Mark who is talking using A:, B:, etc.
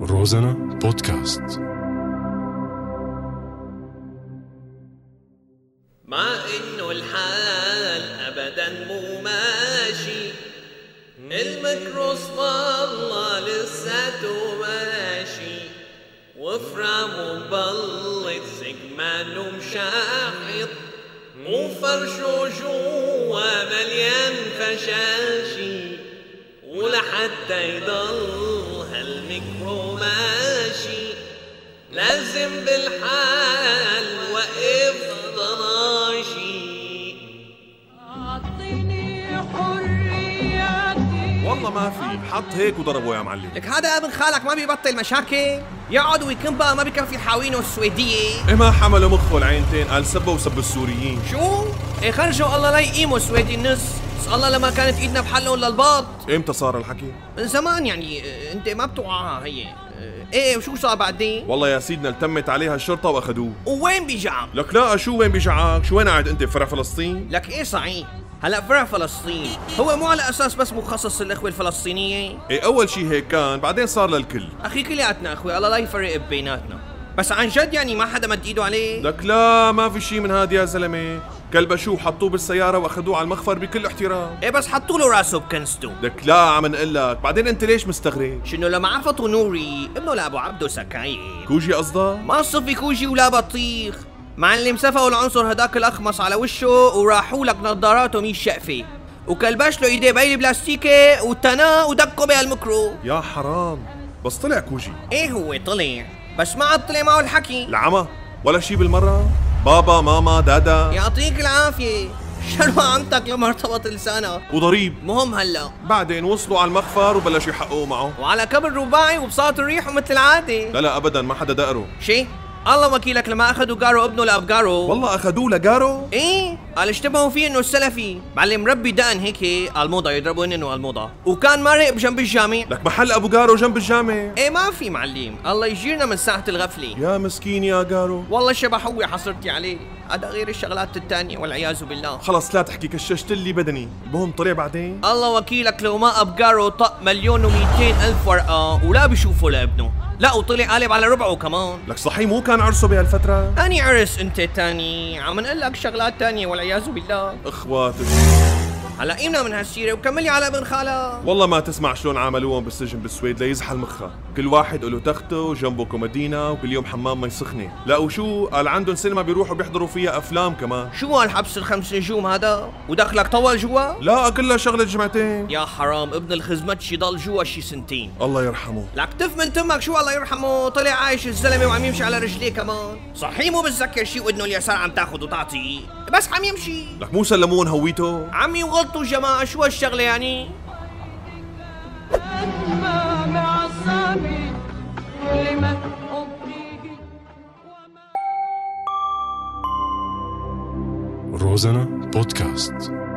A: روزانا بودكاست
B: مع انه الحال ابدا مو ماشي الميكروس والله لساته ماشي وفرامه مبلط سجمانه مشاحط وفرشه جوا مليان فشاشي ولحتى يضل هالميكرو ماشي لازم بالحال وقف ضناشي
C: أعطيني حريتي
D: والله ما في حط هيك وضربه يا معلم
E: لك هذا ابن خالك ما بيبطل مشاكل يقعد ويكون بقى ما بكفي حاوينه السويدية
D: إيه ما حمله مخه العينتين قال سبه وسب السوريين
E: شو؟ إيه خرجوا الله لا يقيموا سويدي النص بس الله لما كانت ايدنا بحله ولا الباط
D: امتى صار الحكي
E: من زمان يعني آه، انت ما بتوعها هي آه، ايه وشو صار بعدين؟
D: والله يا سيدنا التمت عليها الشرطه واخدوه
E: ووين بيجعم؟
D: لك لا شو وين بيجعك شو وين قاعد انت بفرع فلسطين
E: لك ايه صحيح هلا فرع فلسطين هو مو على اساس بس مخصص للاخوه الفلسطينيه
D: ايه اول شي هيك كان بعدين صار للكل
E: اخي كلياتنا اخوه الله لا يفرق بيناتنا بس عن جد يعني ما حدا مد ايده عليه
D: لك لا ما في شي من هاد يا زلمه كلبشوه حطوه بالسياره واخدوه على المخفر بكل احترام
E: ايه بس حطوا له راسه بكنسته
D: لك لا عم نقلك بعدين انت ليش مستغرب
E: شنو لما عفتوا نوري ابنه لابو عبده سكاير
D: كوجي قصدك
E: ما صفي كوجي ولا بطيخ معلم سفقوا العنصر هداك الاخمص على وشه وراحوا لك نظاراته مي شقفه وكلبش له ايديه بأي بلاستيكه وتناه ودكه بهالمكرو
D: يا حرام بس طلع كوجي
E: ايه هو طلع بس ما عاد طلع معه الحكي
D: العمى ولا شي بالمره بابا ماما دادا
E: يعطيك العافيه شنو عمتك لما ارتبط لسانها
D: وضريب
E: مهم هلا
D: بعدين وصلوا على المخفر وبلشوا يحققوا معه
E: وعلى كبر رباعي وبساط الريح ومثل العاده
D: لا لا ابدا ما حدا دقره
E: شي الله وكيلك لما اخذوا جارو ابنه لابجارو
D: والله اخذوه لجاره
E: ايه قال اشتبهوا فيه انه السلفي معلم ربي دقن هيك على الموضه يضربوا هنن وعلى الموضه وكان مرق بجنب الجامع
D: لك محل ابو جارو جنب الجامع
E: ايه ما في معلم الله يجيرنا من ساعه الغفله
D: يا مسكين يا جارو
E: والله شبحوي حصرتي عليه هذا غير الشغلات التانية والعياذ بالله
D: خلص لا تحكي كششت لي بدني المهم طلع بعدين
E: الله وكيلك لو ما ابجارو طق مليون ومئتين الف ورقه ولا بيشوفوا لابنه لا وطلع قالب على ربعه كمان
D: لك صحيح مو كان عرسه بهالفترة
E: تاني عرس انت تاني عم نقول لك شغلات تانية والعياذ بالله
D: اخواتك
E: هلا قيمنا من هالسيره وكملي على ابن خالك
D: والله ما تسمع شلون عاملوهم بالسجن بالسويد ليزحل مخها كل واحد له تخته وجنبه كومدينا وباليوم حمام مي سخنه لا وشو قال عندهم سينما بيروحوا بيحضروا فيها افلام كمان
E: شو هالحبس الخمس نجوم هذا؟ ودخلك طول جوا؟
D: لا كلها شغله جمعتين
E: يا حرام ابن الخزمتشي ضل جوا شي سنتين
D: الله يرحمه
E: لك تف من تمك شو الله يرحمه طلع عايش الزلمه وعم يمشي على رجليه كمان صحيح مو بتذكر شي واذنه اليسار عم تاخذ وتعطي بس عم يمشي
D: لك مو سلمون هويته
E: عمي وغلطوا جماعة شو هالشغلة يعني؟
C: أما معصمي لمن أبغيه وما
A: روزانا بودكاست